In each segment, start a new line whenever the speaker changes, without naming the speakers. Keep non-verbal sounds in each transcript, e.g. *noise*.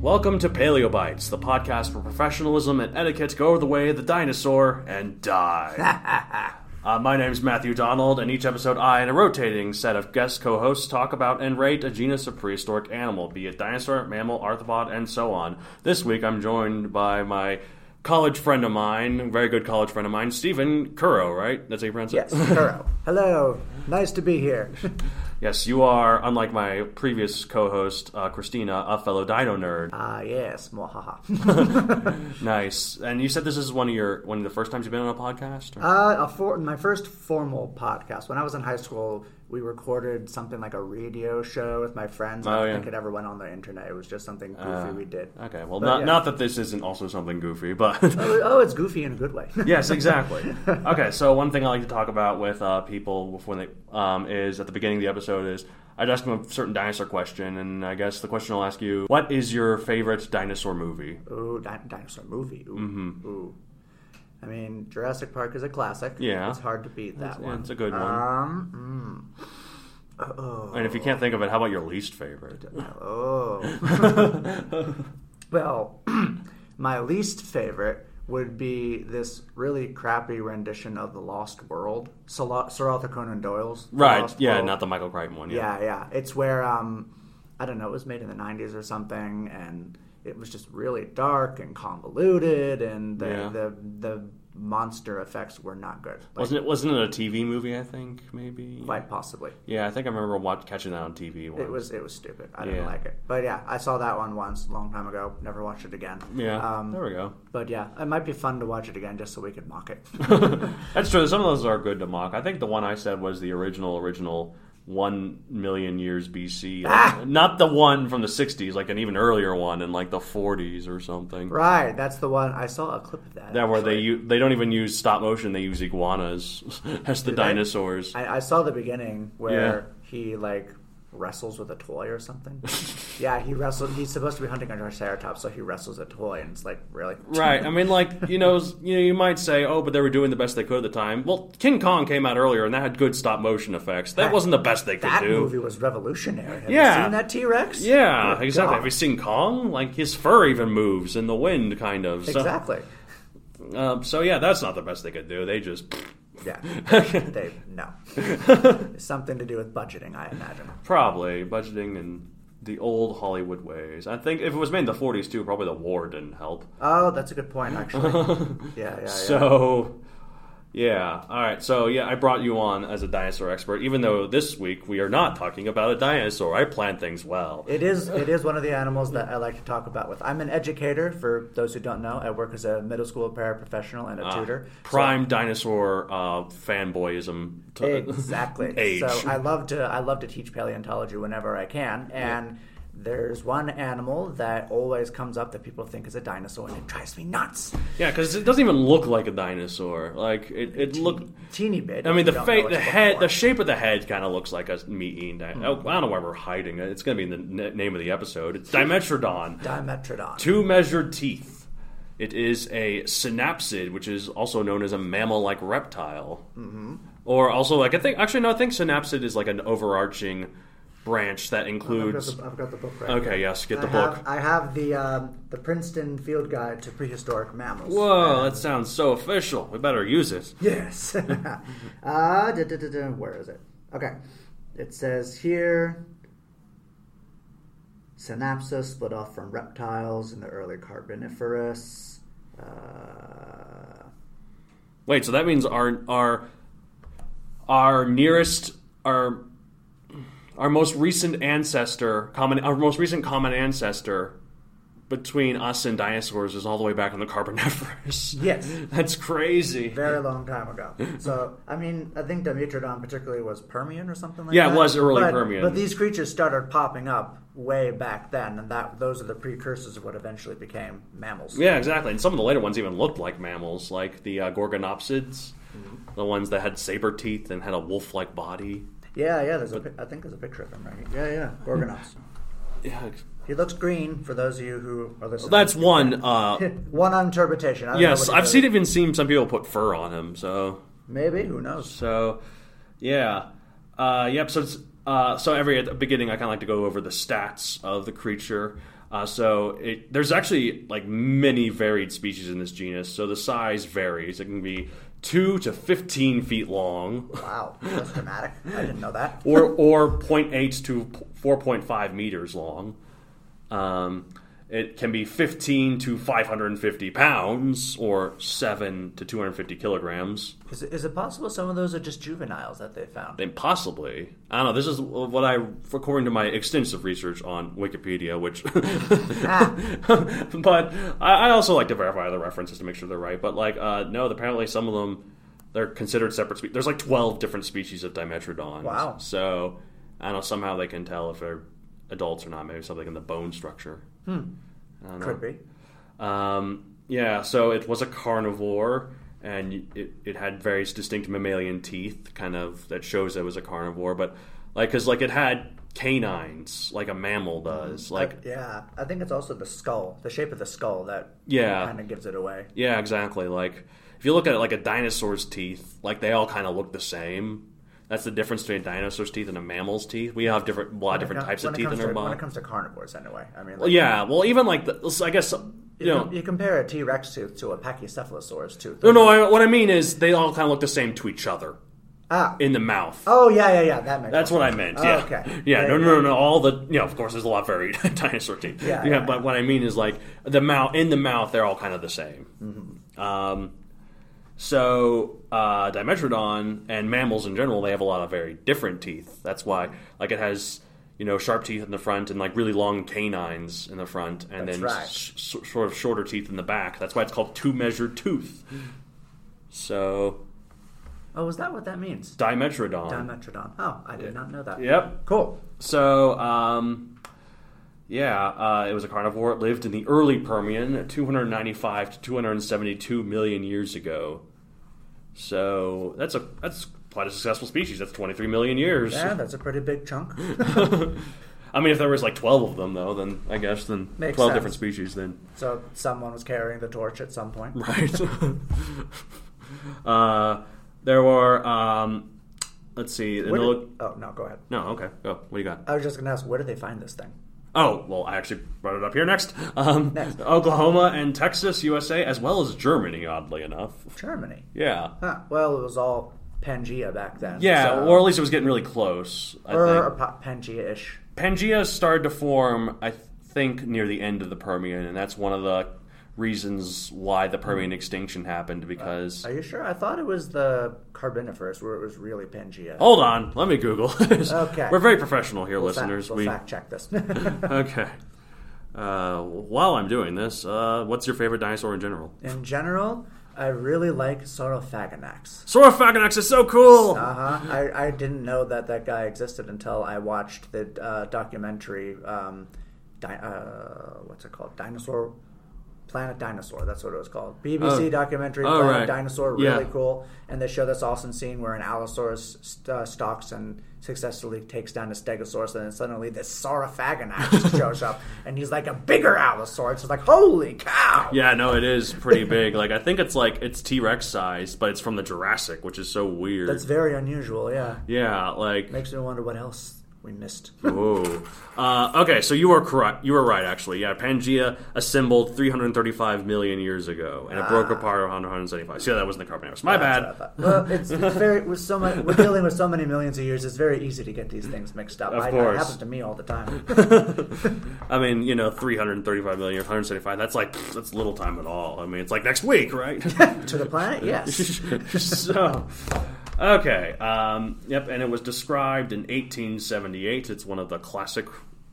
Welcome to Paleobites, the podcast where professionalism and etiquette go the way of the dinosaur and die. uh, my name's Matthew Donald, and each episode I and a rotating set of guest co hosts talk about and rate a genus of prehistoric animal, be it dinosaur, mammal, arthropod, and so on. This week I'm joined by my college friend of mine, very good college friend of mine, Stephen Curro, right? That's how you pronounce
Yes,
it?
Kuro. *laughs* Hello. Nice to be here. *laughs*
yes, you are, unlike my previous co host, uh, Christina, a fellow dino nerd.
Ah, yes. Mwahaha. *laughs*
Nice. And you said this is one of your one of the first times you've been on a podcast? or-
Uh, a for, my first formal podcast. When I was in high school, we recorded something like a radio show with my friends. I
Oh,
don't
yeah. Uh.
think it ever went on the internet. It was just something goofy we did.
okay. Well, not
uh, yeah.
not that this isn't also something goofy, but *laughs*
Oh, it's goofy in a good way.
yes, exactly. Okay. So one thing I like to talk about with uh, people when they um, is at the beginning of the episode is I'd ask them a certain dinosaur question, and I guess the question I'll ask you: What is your favorite dinosaur movie?
*laughs* Ooh, di- dinosaur movie. Ooh.
Mm-hmm.
Ooh. I mean, Jurassic Park is a classic.
Yeah.
It's hard to beat that one. Uh,
It's a good one.
Um, mm. Uh-oh.
and if you can't think of it, how about your least favorite?
Oh.
*laughs*
well, *clears throat* my least favorite would be this really crappy rendition of The Lost World, Sal- Sir Arthur Conan Doyle's. The
Right.
Lost
Yeah.
World.
Not the Michael Crichton one.
Yeah, yeah. It's where um, I don't know. It was made in the '90s or something, and it was just really dark and convoluted, and the
Yeah.
the, the monster effects were not good. Like,
Wasn't it? Wasn't it a TV movie? I think maybe.
quite possibly.
Yeah, I think I remember watch, catching that on TV. Once.
It was it was stupid. I didn't
Yeah.
like it. But yeah, I saw that one once, a long time ago. Never watched it again.
Yeah.
Um,
there we go. *laughs*
But yeah, it might be fun to watch it again just so we could mock it. *laughs*
That's true. Some of those are good to mock. I think the one I said was the original, original one million years BC, like,
Ah!
not the one from the '60s, like an even earlier one in like the '40s or something.
right, that's the one. I saw a clip of that.
That where
actually.
they u- they don't even use stop motion; they use iguanas *laughs* as the
Do they?
dinosaurs.
I, I saw the beginning where he like wrestles with a toy or something. *laughs*
*laughs*
yeah, he wrestled. He's supposed to be hunting a triceratops, so he wrestles a toy, and it's like really *laughs*
Right. I mean, like you know, s- you know, you might say, "Oh, but they were doing the best they could at the time." Well, King Kong came out earlier, and that had good stop motion effects. That
That-
wasn't the best they could
That
do.
movie was revolutionary. Have
Yeah.
you seen that T Rex?
Yeah, exactly.
God.
Have you seen Kong? Like his fur even moves in the wind, kind of. So,
Exactly.
Um, so yeah, that's not the best they could do. They just
*laughs*
*laughs*
Yeah. they no. Something to do with budgeting, I imagine.
probably budgeting in the old Hollywood ways. I think if it was made in the '40s too, probably the war didn't help. *laughs*
Oh, that's a good point, actually. yeah, yeah, yeah.
So. Yeah. All right. So yeah, I brought you on as a dinosaur expert, even though this week we are not talking about a dinosaur. I plan things well.
It is it is one of the animals that I like to talk about with. I'm an educator for those who don't know. I work as a middle school paraprofessional and a tutor. So-
Ah, Prime dinosaur uh,
*laughs*
fanboyism. t-
exactly.
*laughs* Age.
So I love to I love to teach paleontology whenever I can and there's one animal that always comes up that people think is a dinosaur and it drives me nuts.
Yeah, because it doesn't even look like a dinosaur. Like it, it look.
Teeny bit.
I
if
mean, the
you don't know
fa-
what
the
to look
head,
for. Hmm.
the shape of the head, kind of looks like a meat-eating dinosaur. I don't know why we're hiding it. It's going to be in the n- name of the episode. It's Dimetrodon.
Dimetrodon.
Two measured teeth. It is a synapsid, which is also known as a mammal-like reptile, mm-hmm. or also like I think actually no, I think synapsid is like an overarching branch that
I've got,
includes.
the, I've got the book right.
Okay, yes, get the
I
book.
have, I have the um, the Princeton Field Guide to Prehistoric Mammals.
Whoa, that sounds so official. We better use it.
Yes. *laughs* uh, da, da, da, da, where is it? Okay. It says here Synapsa split off from reptiles in the early Carboniferous. Uh,
Wait, so that means our our our nearest our our most recent ancestor common our most recent common ancestor between us and dinosaurs is all the way back in the Carboniferous.
*laughs* yes.
*laughs* That's crazy.
Very long time ago. So, I mean, I think Dimetrodon particularly was Permian or something like
Yeah,
that.
it was early
but,
Permian.
But these creatures started popping up way back then, and that those are the precursors of what eventually became mammals.
Yeah, exactly. And some of the later ones even looked like mammals, like the uh, Gorgonopsids,
Mm-hmm.
the ones that had saber teeth and had a wolf-like body.
Yeah, yeah. There's a, pic- I think there's a picture of him right here. Yeah, yeah. Gorgonops.
Yeah,
He looks green for those of you who are listening.
that's
*laughs*
one. Uh,
one interpretation. I don't
yes,
know what
I've seen even seen some people put fur on him. So
Maybe who knows?
So, yeah, uh, yep. So, it's, uh, so every at the beginning, I kind of like to go over the stats of the creature. Uh, so it, there's actually like many varied species in this genus. So the size varies. It can be two to 15 feet long, *laughs*
Wow, that's dramatic. I didn't know that.
or or 0.8 to 4.5 meters long. Um, it can be 15 to 550 pounds, or seven to 250 kilograms.
Is it, is it possible some of those are just juveniles that they found?
And possibly, I don't know. This is what I, according to my extensive research on Wikipedia, which, *laughs*
Ah,
but I, I also like to verify the references to make sure they're right. But like, uh, no, apparently some of them they're considered separate species. There's like 12 different species of Dimetrodon.
Wow.
So I don't know. Somehow they can tell if they're adults or not. Maybe something in the bone structure. I don't know.
Could be.
Um, yeah, so it was a carnivore, and it, it had various distinct mammalian teeth, kind of that shows it was a carnivore. But like, because like it had canines, like a mammal
Mm-hmm.
does. Like,
yeah, I think it's also the skull, the shape of the skull that
Yeah.
kind of gives it away.
yeah, exactly. Like, if you look at it like a dinosaur's teeth, like they all kind of look the same. That's the difference between a dinosaur's teeth and a mammal's teeth. We have different, a lot of different
Now,
types
when
of
it
teeth
comes
in our
to- When
body.
it comes to carnivores, anyway. I mean,
Well,
like,
yeah, well, even like, the, I guess, you
you,
know,
you compare a T Rex tooth to a pachycephalosaur's tooth.
no, no. I, what I mean is they all kind of look the same to each other
Ah.
in the mouth.
Oh yeah, yeah, yeah. That makes
That's
more
what I
sense.
meant.
Oh,
Yeah.
Okay.
Yeah.
There
No,
you
no,
go.
no, no. All the you know, of course, there's a lot of varied *laughs* dinosaur teeth.
Yeah,
Yeah.
yeah,
but
yeah.
what I mean is like the mouth in the mouth, they're all kind of the same.
Mm-hmm.
Um, so uh, Dimetrodon and mammals in general, they have a lot of very different teeth. That's why, like, it has you know sharp teeth in the front and like really long canines in the front, and
That's
then
right.
s- s- sort of shorter teeth in the back. That's why it's called two measured tooth.
Mm-hmm.
So
Oh, is that what that means?
Dimetrodon.
Dimetrodon. Oh, I did not know that.
yep.
Cool.
So, um, yeah, uh, it was a carnivore. It lived in the early Permian, 295 to 272 million years ago. So that's a that's quite a successful species. That's 23 million years.
Yeah, that's a pretty big chunk.
*laughs* I mean, if there was like 12 of them, though, then I guess then
Makes
12
sense.
different species,
*laughs*
then
so someone was carrying the torch at some point.
right. *laughs* uh, there were, um, let's see,
Where
it'll-
did- oh no, go ahead.
no, okay, go. What do you got?
I was just gonna ask, where did they find this thing?
Oh, well, I actually brought it up here next. Um,
Next.
Oklahoma and Texas, USA, as well as Germany, oddly enough.
Germany.
Yeah.
Huh. Well, it was all Pangea back then.
Yeah,
so- Uh,
or at least it was getting really close, I
or
think.
a pa- Pangea-ish.
Pangea started to form, I think, near the end of the Permian, and that's one of the reasons why the Permian extinction happened, because...
Are you sure? Uh, I thought it was the Carboniferous where it was really Pangea.
Hold on, let me Google *laughs* this.
Okay.
We're very professional here,
Fact-
listeners.
we'll
we
*laughs* fact check this.
Okay. Uh, while I'm doing this, uh, what's your favorite dinosaur in general?
In general, I really like Saurophaganax.
Saurophaganax is so cool!
Uh
Uh-huh.
huh. *laughs* I, I didn't know that that guy existed until I watched the uh, documentary. Um, di- uh, what's it called? Dinosaur Planet Dinosaur. That's what it was called. BBC
Oh.
documentary
Oh,
Planet
right.
Dinosaur.
Yeah.
Really cool. And they show this awesome scene where an Allosaurus st- uh, stalks and successfully takes down a Stegosaurus, and then suddenly this
*laughs*
Saurophaganax shows up, and he's like a bigger Allosaurus. It's like holy cow!
Yeah, no, it is pretty big. Like I think it's like it's T Rex size, but it's from the Jurassic, which is so weird.
That's very unusual. Yeah.
yeah, like *laughs*
Makes me wonder what else we missed.
whoa. Uh, okay, so you were correct. You were right, actually. Yeah, Pangea assembled 335 million years ago, and it
Ah.
broke apart around 175. So yeah, that wasn't the Carboniferous. My
I
bad.
thought. Well, it's, it's very with so much. We're dealing with so many millions of years. It's very easy to get these things mixed up.
Of
I,
course.
it happens to me all
*laughs*
the time.
I mean, you know, 335 million years, 175. That's like pfft, that's little time at all. I mean, it's like next week,
*laughs*
right?
to the planet, yes.
so, okay. Um, yep, and it was described in 1878. It's one of the classic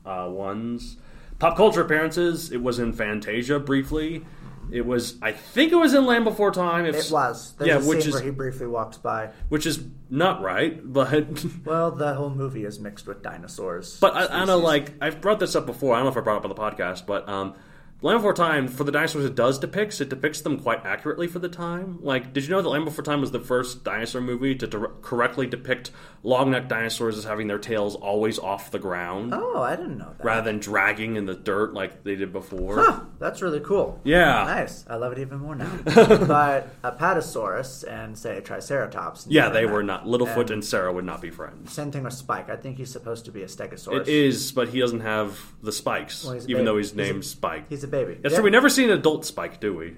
uh, ones. Pop culture appearances. It was in Fantasia briefly. It was, I think, it was in Land Before Time. If,
It was. There's
yeah,
a scene
which
where
is
he briefly walks by.
which is not right, but *laughs*
Well, the whole movie is mixed with dinosaurs.
But I, I don't know, like I've brought this up before. I don't know if I brought it up on the podcast, but um, Land Before Time, for the dinosaurs it does depicts, it depicts them quite accurately for the time. Like, did you know that Land Before Time was the first dinosaur movie to dir- correctly depict long-necked dinosaurs as having their tails always off the ground,
Oh, I didn't know that.
rather than dragging in the dirt like they did before?
Huh, that's really cool.
Yeah.
Nice. I love it
*laughs*
even more now. but Apatosaurus and, say, Triceratops.
Yeah, they were not. Littlefoot
And-
and, Sarah would not be friends.
Same thing with Spike. I think he's supposed to be a Stegosaurus.
It is, but he doesn't have the spikes,
Well, he's a
even
baby.
though he's
He's a-
named Spike.
He's a baby.
That's true. We never see an adult Spike, do we?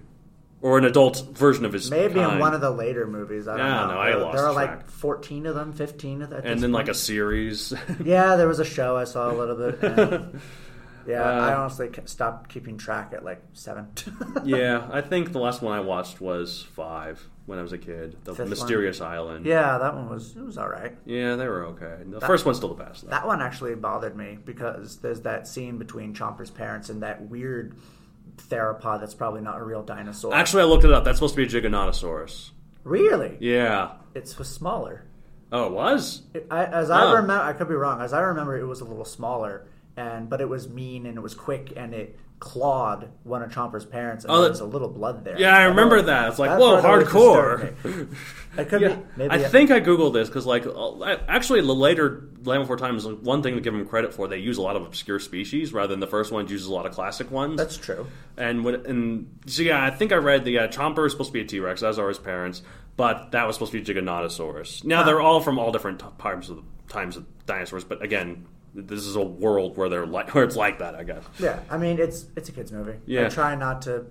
Or an adult version of his.
Maybe in
kind.
one of the later movies. I don't
Yeah,
know.
no, I
there,
lost
there are
track.
like 14 of them, 15 of them.
And then
*laughs*
like a series.
Yeah, there was a show I saw a little bit.
*laughs*
And yeah,
Uh,
I honestly ca- stopped keeping track at like seven. *laughs*
yeah, I think the last one I watched was five when I was a kid. The
Fifth one.
Mysterious Island.
yeah, that one was it was all right.
Yeah, they were okay. The first one's still the best. Though.
That one actually bothered me because there's that scene between Chomper's parents and that weird theropod that's probably not a real dinosaur.
Actually, I looked it up. That's supposed to be a Giganotosaurus.
really,
Yeah.
it was smaller.
Oh, it was.
It- I, as
Oh.
I remember, I could be wrong. As I remember, it was a little smaller, and but it was mean and it was quick and it clawed one of Chomper's parents, and
Oh,
there
that-
was a little blood there.
Yeah, I remember that. It's like,
That
whoa,
part always
hardcore.
disturbed me. It could
Yeah,
be. Maybe
I think I googled this because, like, uh, I- actually, the later Land Before Time is one thing to give them credit for. They use a lot of obscure species rather than the first one uses a lot of classic ones.
that's true.
and when, and so yeah, I think I read the uh, Chomper is supposed to be a T Rex, as are his parents, but that was supposed to be Giganotosaurus. Now they're all from all different t- times of times of dinosaurs, but again, this is a world where they're like *laughs* where it's like that, I guess.
Yeah, I mean, it's it's a kids movie.
Yeah.
I try not to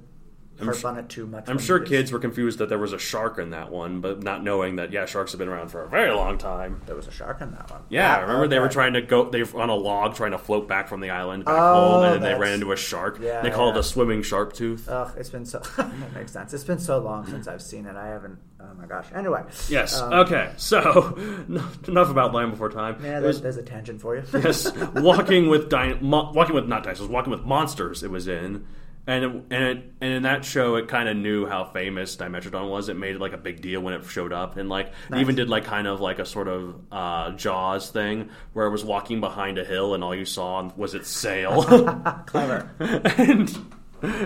harp
su-
on it too much.
I'm
when
sure
it is.
kids were confused that there was a shark in that one, but not knowing that yeah, sharks have been around for a very long time.
There was a shark in that one.
Yeah, I remember they were
okay.
trying to go. They were on a log trying to float back from the island back
Oh,
home, and then they
that's-
ran into a shark.
Yeah,
they call it
yeah. Uh,
a swimming sharp tooth.
Ugh, it's been so. *laughs* that makes sense. It's been so long since I've seen it. I haven't. Oh my gosh. Anyway.
yes.
um,
okay. *laughs* So enough about Land Before Time.
Yeah,
It
there's,
was-
there's a tangent for you.
yes, walking with di- mo- walking with not dinosaurs, walking with monsters. It was in, and it, and it, and in that show, it kind of knew how famous Dimetrodon was. It made like a big deal when it showed up, and like they even did like kind of like a sort of uh, Jaws thing where it was walking behind a hill, and all you saw was its sail.
*laughs* Clever.
and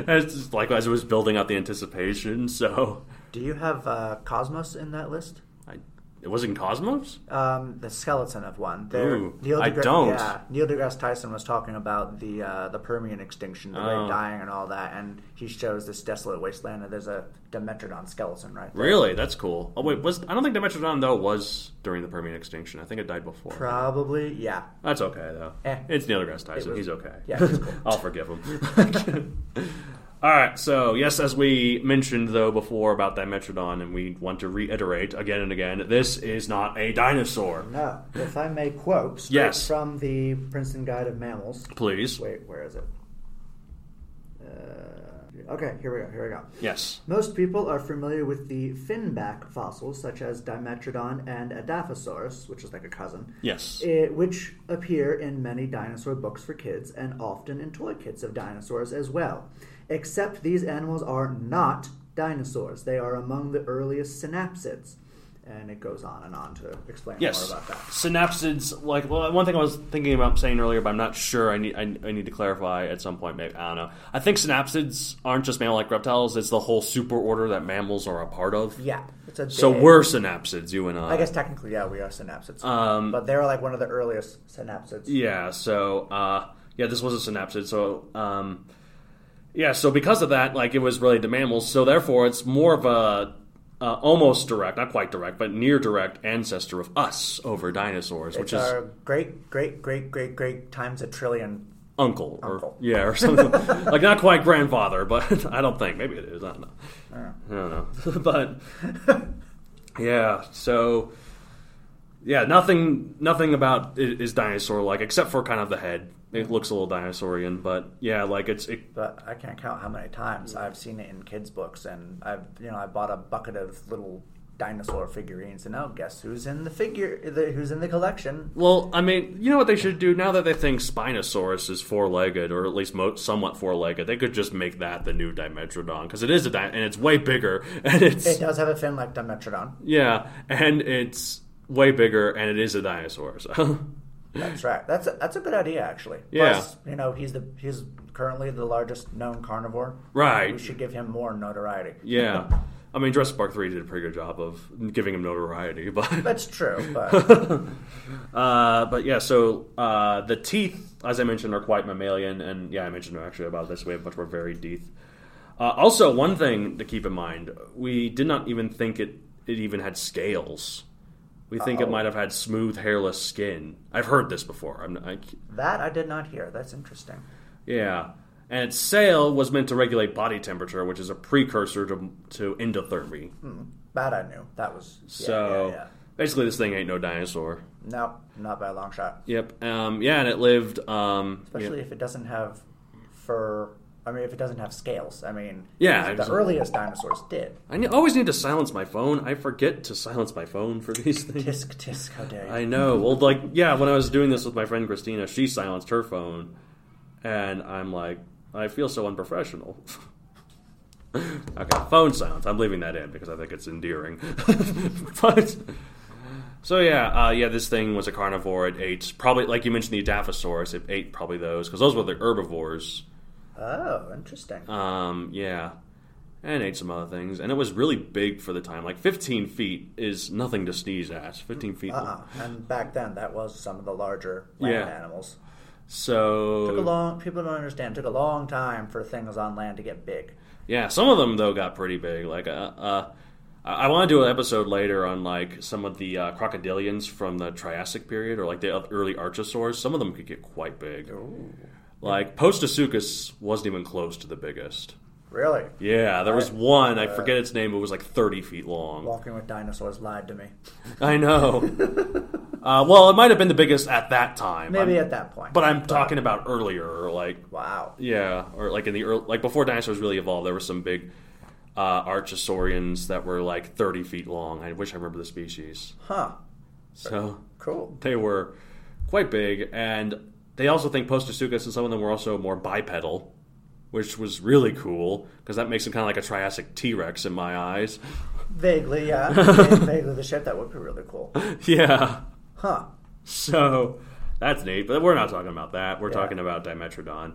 it's just like as it was building up the anticipation, so
Do you have uh, Cosmos in that list?
I, it wasn't Cosmos.
Um, the skeleton of one. There,
Ooh, I don't.
Yeah, Neil deGrasse Tyson was talking about the uh, the Permian extinction, the
Oh.
great dying, and all that, and he shows this desolate wasteland, and there's a Dimetrodon skeleton right there.
Really, that's cool. Oh wait, was I don't think Dimetrodon though was during the Permian extinction. I think it died before.
Probably, yeah.
That's okay though.
Eh.
It's Neil deGrasse Tyson.
was-
he's okay.
yeah, he's cool.
*laughs* I'll forgive him. *laughs* All right. So yes, as we mentioned though before about that Metrodon, and we want to reiterate again and again, this is not a dinosaur.
No, if I may quote straight
Yes.
from the Princeton Guide of Mammals.
Please.
Wait, where is it? Uh, okay, here we go. Here we go.
Yes.
Most people are familiar with the finback fossils, such as Dimetrodon and Adaphosaurus, which is like a cousin,
Yes.
eh, which appear in many dinosaur books for kids and often in toy kits of dinosaurs as well. Except these animals are not dinosaurs, they are among the earliest synapsids. And it goes on and on to explain
Yes,
more about that.
synapsids. Like, well, one thing I was thinking about saying earlier, but I'm not sure. I need, I, I need to clarify at some point. Maybe I don't know. I think synapsids aren't just mammal-like reptiles. It's the whole superorder that mammals are a part of.
Yeah, it's a
So
big-
we're synapsids, you and I.
I guess technically, yeah, we are synapsids.
Um,
but they're like one of the earliest synapsids.
Yeah. So uh, yeah, this was a synapsid. So um, yeah. So because of that, like it was related to mammals. So therefore, it's more of a uh, almost direct, not quite direct, but near direct ancestor of us over dinosaurs, which
It's
is
our great, great, great, great, great times a trillion.
uncle, or
Uncle.
yeah, or something like not quite grandfather, but *laughs* I don't think maybe it is. I don't know. I don't know, *laughs* but yeah. So yeah, nothing, nothing about it is dinosaur like except for kind of the head. It looks a little dinosaurian, but yeah, like it's it,
But I can't count how many times I've seen it in kids' books, and I've you know I bought a bucket of little dinosaur figurines, and oh, guess who's in the figure? The, who's in the collection?
Well, I mean, you know what they should do now that they think Spinosaurus is four-legged, or at least mo- somewhat four-legged. They could just make that the new Dimetrodon because it is a di- and it's way bigger *laughs* and it's
It does have a fin like Dimetrodon.
yeah and it's way bigger and it is a dinosaur. So *laughs*
That's right. That's a, that's a good idea, actually.
Yeah.
Plus, you know, he's the he's currently the largest known carnivore.
Right.
We should give him more notoriety.
Yeah. I mean, Jurassic Park 3 did a pretty good job of giving him notoriety, but.
*laughs*
*laughs*
That's true, but
Uh, but yeah, so uh, the teeth, as I mentioned, are quite mammalian, and yeah, I mentioned actually about this. We have much more varied teeth. Uh, also, one thing to keep in mind: we did not even think it it even had scales. We think it might have had smooth, hairless skin. I've heard this before. I'm, I,
that I did not hear. That's interesting.
yeah, and its sail was meant to regulate body temperature, which is a precursor to to endothermy.
That I knew. That was yeah,
so
Hmm. yeah, yeah.
basically, this thing ain't no dinosaur.
No, not by a long shot.
Yep. Um, yeah, and it lived. Um, yeah.
Especially if it doesn't have fur. I mean, if it doesn't have scales. I mean,
Yeah,
the
exactly.
earliest dinosaurs did.
I ne- always need to silence my phone. I forget to silence my phone for these things.
Tisk tisk, how dare you?
I know. Well, like, yeah, when I was doing this with my friend Christina, she silenced her phone, and I'm like, I feel so unprofessional. *laughs* okay, phone silence. I'm leaving that in because I think it's endearing. *laughs* but so yeah, uh, yeah, this thing was a carnivore. It ate probably, like you mentioned, the Edaphosaurus. It ate probably those because those were the herbivores.
Oh, interesting.
Um, yeah. And ate some other things. And it was really big for the time. Like, 15 feet is nothing to sneeze at. 15 feet.
Uh-uh. And back then, that was some of the larger land
Yeah.
animals.
So,
Took a long. People don't understand. Took a long time for things on land to get big.
yeah, some of them, though, got pretty big. Like, uh, uh, I want to do an episode later on, like, some of the uh, crocodilians from the Triassic period or, like, the early archosaurs. Some of them could get quite big. Like, Postasuchus wasn't even close to the biggest.
Really,
Yeah, there was one, I forget its name, it was like 30 feet long.
walking with dinosaurs lied to me.
*laughs* I know. uh, well, it might have been the biggest at that time.
Maybe
I'm-
at that point.
but I'm talking about earlier, or like
wow.
yeah, or like in the early, like before dinosaurs really evolved. There were some big uh, archosaurians that were like 30 feet long. I wish I remember the species.
Huh.
So
Cool.
they were quite big, and they also think Postasuchus and some of them were also more bipedal. Which was really cool because that makes them kind of like a Triassic T Rex in my eyes. *laughs*
Vaguely, yeah. Vaguely the shape. That would be really cool.
yeah.
Huh.
So that's neat, but we're not talking about that. We're talking about Dimetrodon.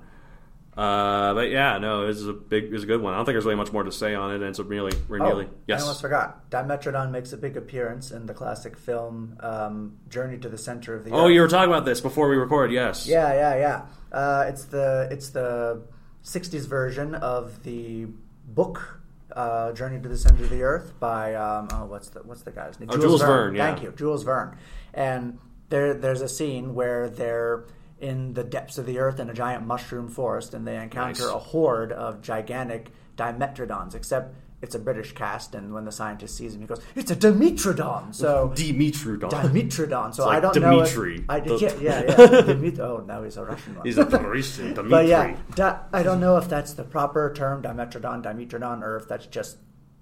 Uh, but yeah, no, this is a big, it's a good one. I don't think there's really much more to say on it, and it's a really, we're nearly,
Oh, I
yes,
almost forgot. Dimetrodon makes a big appearance in the classic film um, Journey to the Center of the
Oh,
Earth.
you were talking about this before we record. Yes.
Yeah, yeah, yeah. Uh, it's the it's the '60s version of the book uh, "Journey to the Center of the Earth" by um, oh, what's the what's the guy's name?
Oh, Jules Verne, yeah.
Thank you, Jules Verne. And there there's a scene where they're in the depths of the earth in a giant mushroom forest, and they encounter
Nice.
a horde of gigantic dimetrodons. Except it's a British cast, and when the scientist sees him, he goes, "It's a dimetrodon." So
*laughs* Dimetrodon.
Dimitrodon. So
like
I don't
Dimitri.
know. If, I,
The-
yeah, yeah,
*laughs*
yeah. Dimit- oh, now he's a Russian one.
He's a Parisian Dimitri.
*laughs* but yeah, di- I don't know if that's the proper term, Dimetrodon, Dimetrodon, or if that's just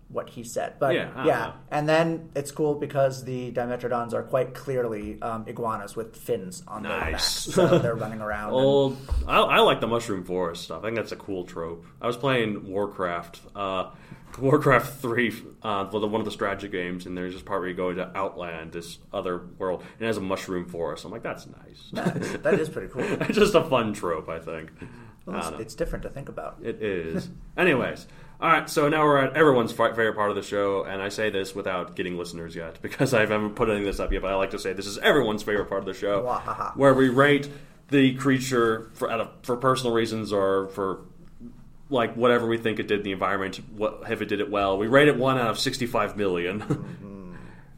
what he said. But
Yeah, I
yeah,
don't know.
and then it's cool because the Dimetrodons are quite clearly um, iguanas with fins on their backs,
Nice. *laughs* Oh.
so they're running around. and-
Old. I, I like the mushroom forest stuff. I think that's a cool trope. I was playing Warcraft, uh, *laughs* Warcraft three, uh, well, the, one of the strategy games, and there's this part where you go to Outland, this other world, and it has a mushroom forest. I'm like, that's nice.
*laughs* that is pretty cool.
it's *laughs* just a fun trope, I think.
Well, it's, it's different to think about.
It is. Anyways, all right. So now we're at everyone's fi- favorite part of the show, and I say this without getting listeners yet because I haven't put any of this up yet. But I like to say this is everyone's favorite part of the show,
Wahaha.
where we rate the creature for out of, for personal reasons or for like whatever we think it did in the environment. What if it did it well? We rate it one out of sixty-five million. *laughs*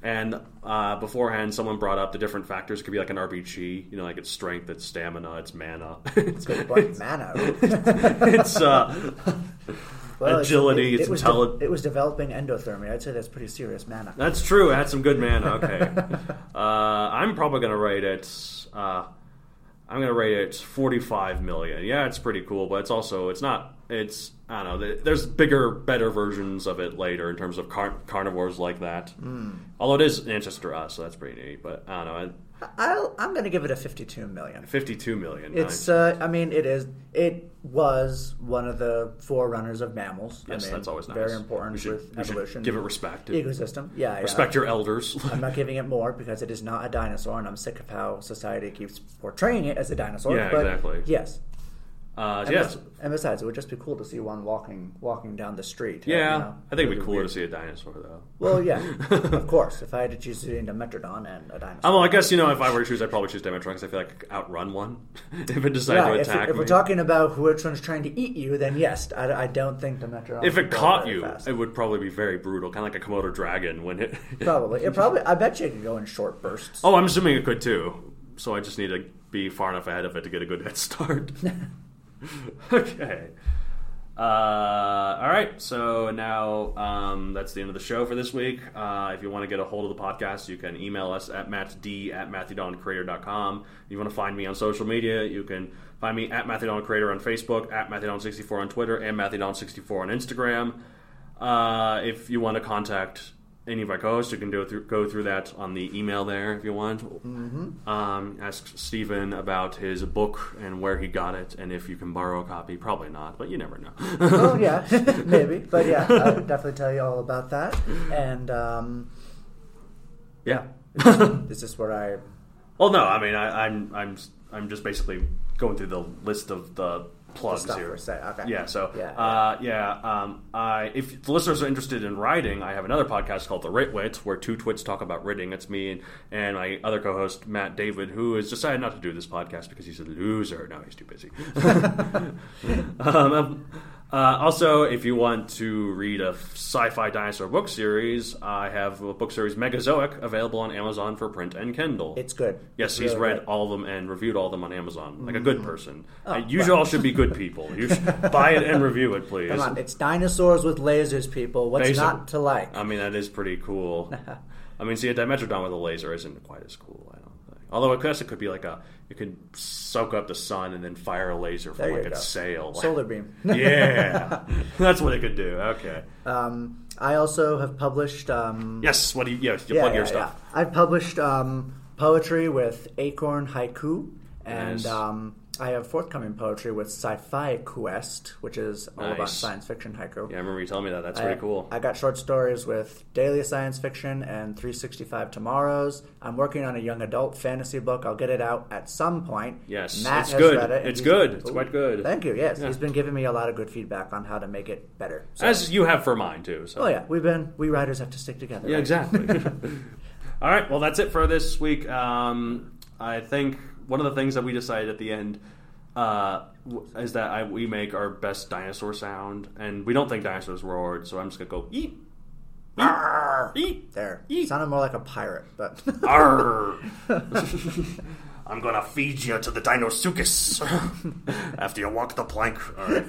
And uh, beforehand, someone brought up the different factors. It could be like an RPG, you know, like its strength, its stamina, its mana, *laughs* its, *laughs*
But mana.
its uh,
*laughs* Well, it's-
agility,
it-
it's
it was
intelli-
de- it was developing endothermy. I'd say that's pretty serious mana.
That's true. It had some good mana. Okay. uh, I'm probably gonna rate it. Uh, I'm gonna rate it 45 million. Yeah, it's pretty cool, but it's also it's not. It's I don't know. th- There's bigger, better versions of it later
Hmm.
in terms of car- carnivores like that. Although it is an ancestor to us, so that's pretty neat. But I don't know. I,
I'll, I'm going to give it a 52 million.
Fifty-two million.
It's,
nice.
uh, I mean, it is, it was one of the forerunners of mammals.
yes,
I mean,
that's always nice.
Very important
we should,
with
we should
evolution.
give it respect.
Ecosystem. Yeah. yeah.
Respect your elders.
*laughs*
*laughs*
I'm not giving it more because it is not a dinosaur, and I'm sick of how society keeps portraying it as a dinosaur.
Yeah,
but
exactly.
Yes.
Uh,
And,
yes.
bes- and besides, it would just be cool to see one walking walking down the street. uh, you
Yeah,
know.
I think it'd be cooler to see a dinosaur though. *laughs*
Well, yeah, of course. If I had to choose between a metrodon and a dinosaur,
I Oh, well, I guess you know if I were to choose, I'd probably choose Demetron because I feel like I could outrun one *laughs* if it decided
yeah,
to
if,
attack
if we're
me.
talking about which one's trying to eat you, then yes, I, I don't think the metrodon.
if
would
it
go
caught
very
you,
fast.
it would probably be very brutal, kind of like a Komodo dragon when it. *laughs*
probably it probably. I bet you it could go in short bursts.
oh, I'm assuming it could too. So I just need to be far enough ahead of it to get a good head
*laughs*
start. *laughs* okay. Uh, all right. So now um, that's the end of the show for this week. Uh, if you want to get a hold of the podcast, you can email us at mattd at matthewdoncreator.com. If you want to find me on social media, you can find me at matthewdoncreator on Facebook, at matthewdon64 on Twitter, and matthewdon64 on Instagram. Uh, if you want to contact any of our co-hosts, you can do it through, go through that on the email there if you want. Um, ask Stephen about his book and where he got it, and if you can borrow a copy. Probably not, but you never know.
oh
*laughs*
yeah, *laughs* maybe. But yeah, I would definitely tell you all about that.
*laughs*
And um,
yeah. *laughs*
is this what I?
Well, no, I mean, I, I'm, I'm, I'm just basically going through the list of the plugs
stuff
here.
we're saying, okay.
Yeah. So,
Yeah,
uh, yeah. Um, I, if the listeners are interested in writing, I have another podcast called The Ritwits, where two twits talk about writing. It's me and, and my other co-host Matt David, who has decided not to do this podcast because he's a loser. Now he's too
*laughs*
busy. *laughs* uh, um, uh, also, if you want to read a sci-fi dinosaur book series, I have a book series Megazoic available on Amazon for print and Kindle.
It's good.
Yes,
It's
he's
really
read
good. Mm-hmm. Oh,
all of them and reviewed all of them on Amazon, like a good person. Uh, you all should be good people. You
*laughs*
should buy it and review it, please.
Come on, it's dinosaurs with lasers, people. What's
Basically.
not to like?
I mean, that is pretty
*laughs*
cool. I mean, see, a Dimetrodon with a laser isn't quite as cool. I don't think. Although, I guess it could be like a, it could soak up the sun and then fire a laser from
There you
like
go.
its sail.
Solar beam.
*laughs* yeah, *laughs* that's what it could do. Okay.
Um, I also have published. Um,
Yes. What do you? Yes. You
yeah,
plug
yeah,
your stuff.
yeah. I've published um, poetry with Acorn Haiku, and
Nice.
um, I have forthcoming poetry with Sci-Fi Quest, which is all about
Nice.
science fiction haiku.
Yeah. I remember you telling me that. That's
I-
pretty cool.
I got short stories with Daily Science Fiction and 365 Tomorrows. I'm working on a young adult fantasy book. I'll get it out at some point.
Yes,
Matt
it's
has
good.
read it. and
It's
he's-
good. It's
Ooh,
quite good.
Thank you. Yes,
Yeah.
he's been giving me a lot of good feedback on how to make it better. So,
As you have for mine too. So.
oh yeah, we've been we writers have to stick together.
Yeah,
right? *laughs*
exactly. *laughs* All right, well, that's it for this week. Um, I think one of the things that we decided at the end uh, w- is that I, we make our best dinosaur sound, and we don't think dinosaurs roared, so I'm just gonna go *laughs* eat,
Arr!
eat,
There.
Yeet.
Sounded more like a pirate, but *laughs*
arr. I'm gonna feed you to the Dinosuchus
*laughs*
after you walk the plank. All right,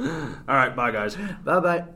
All right bye guys.
bye bye.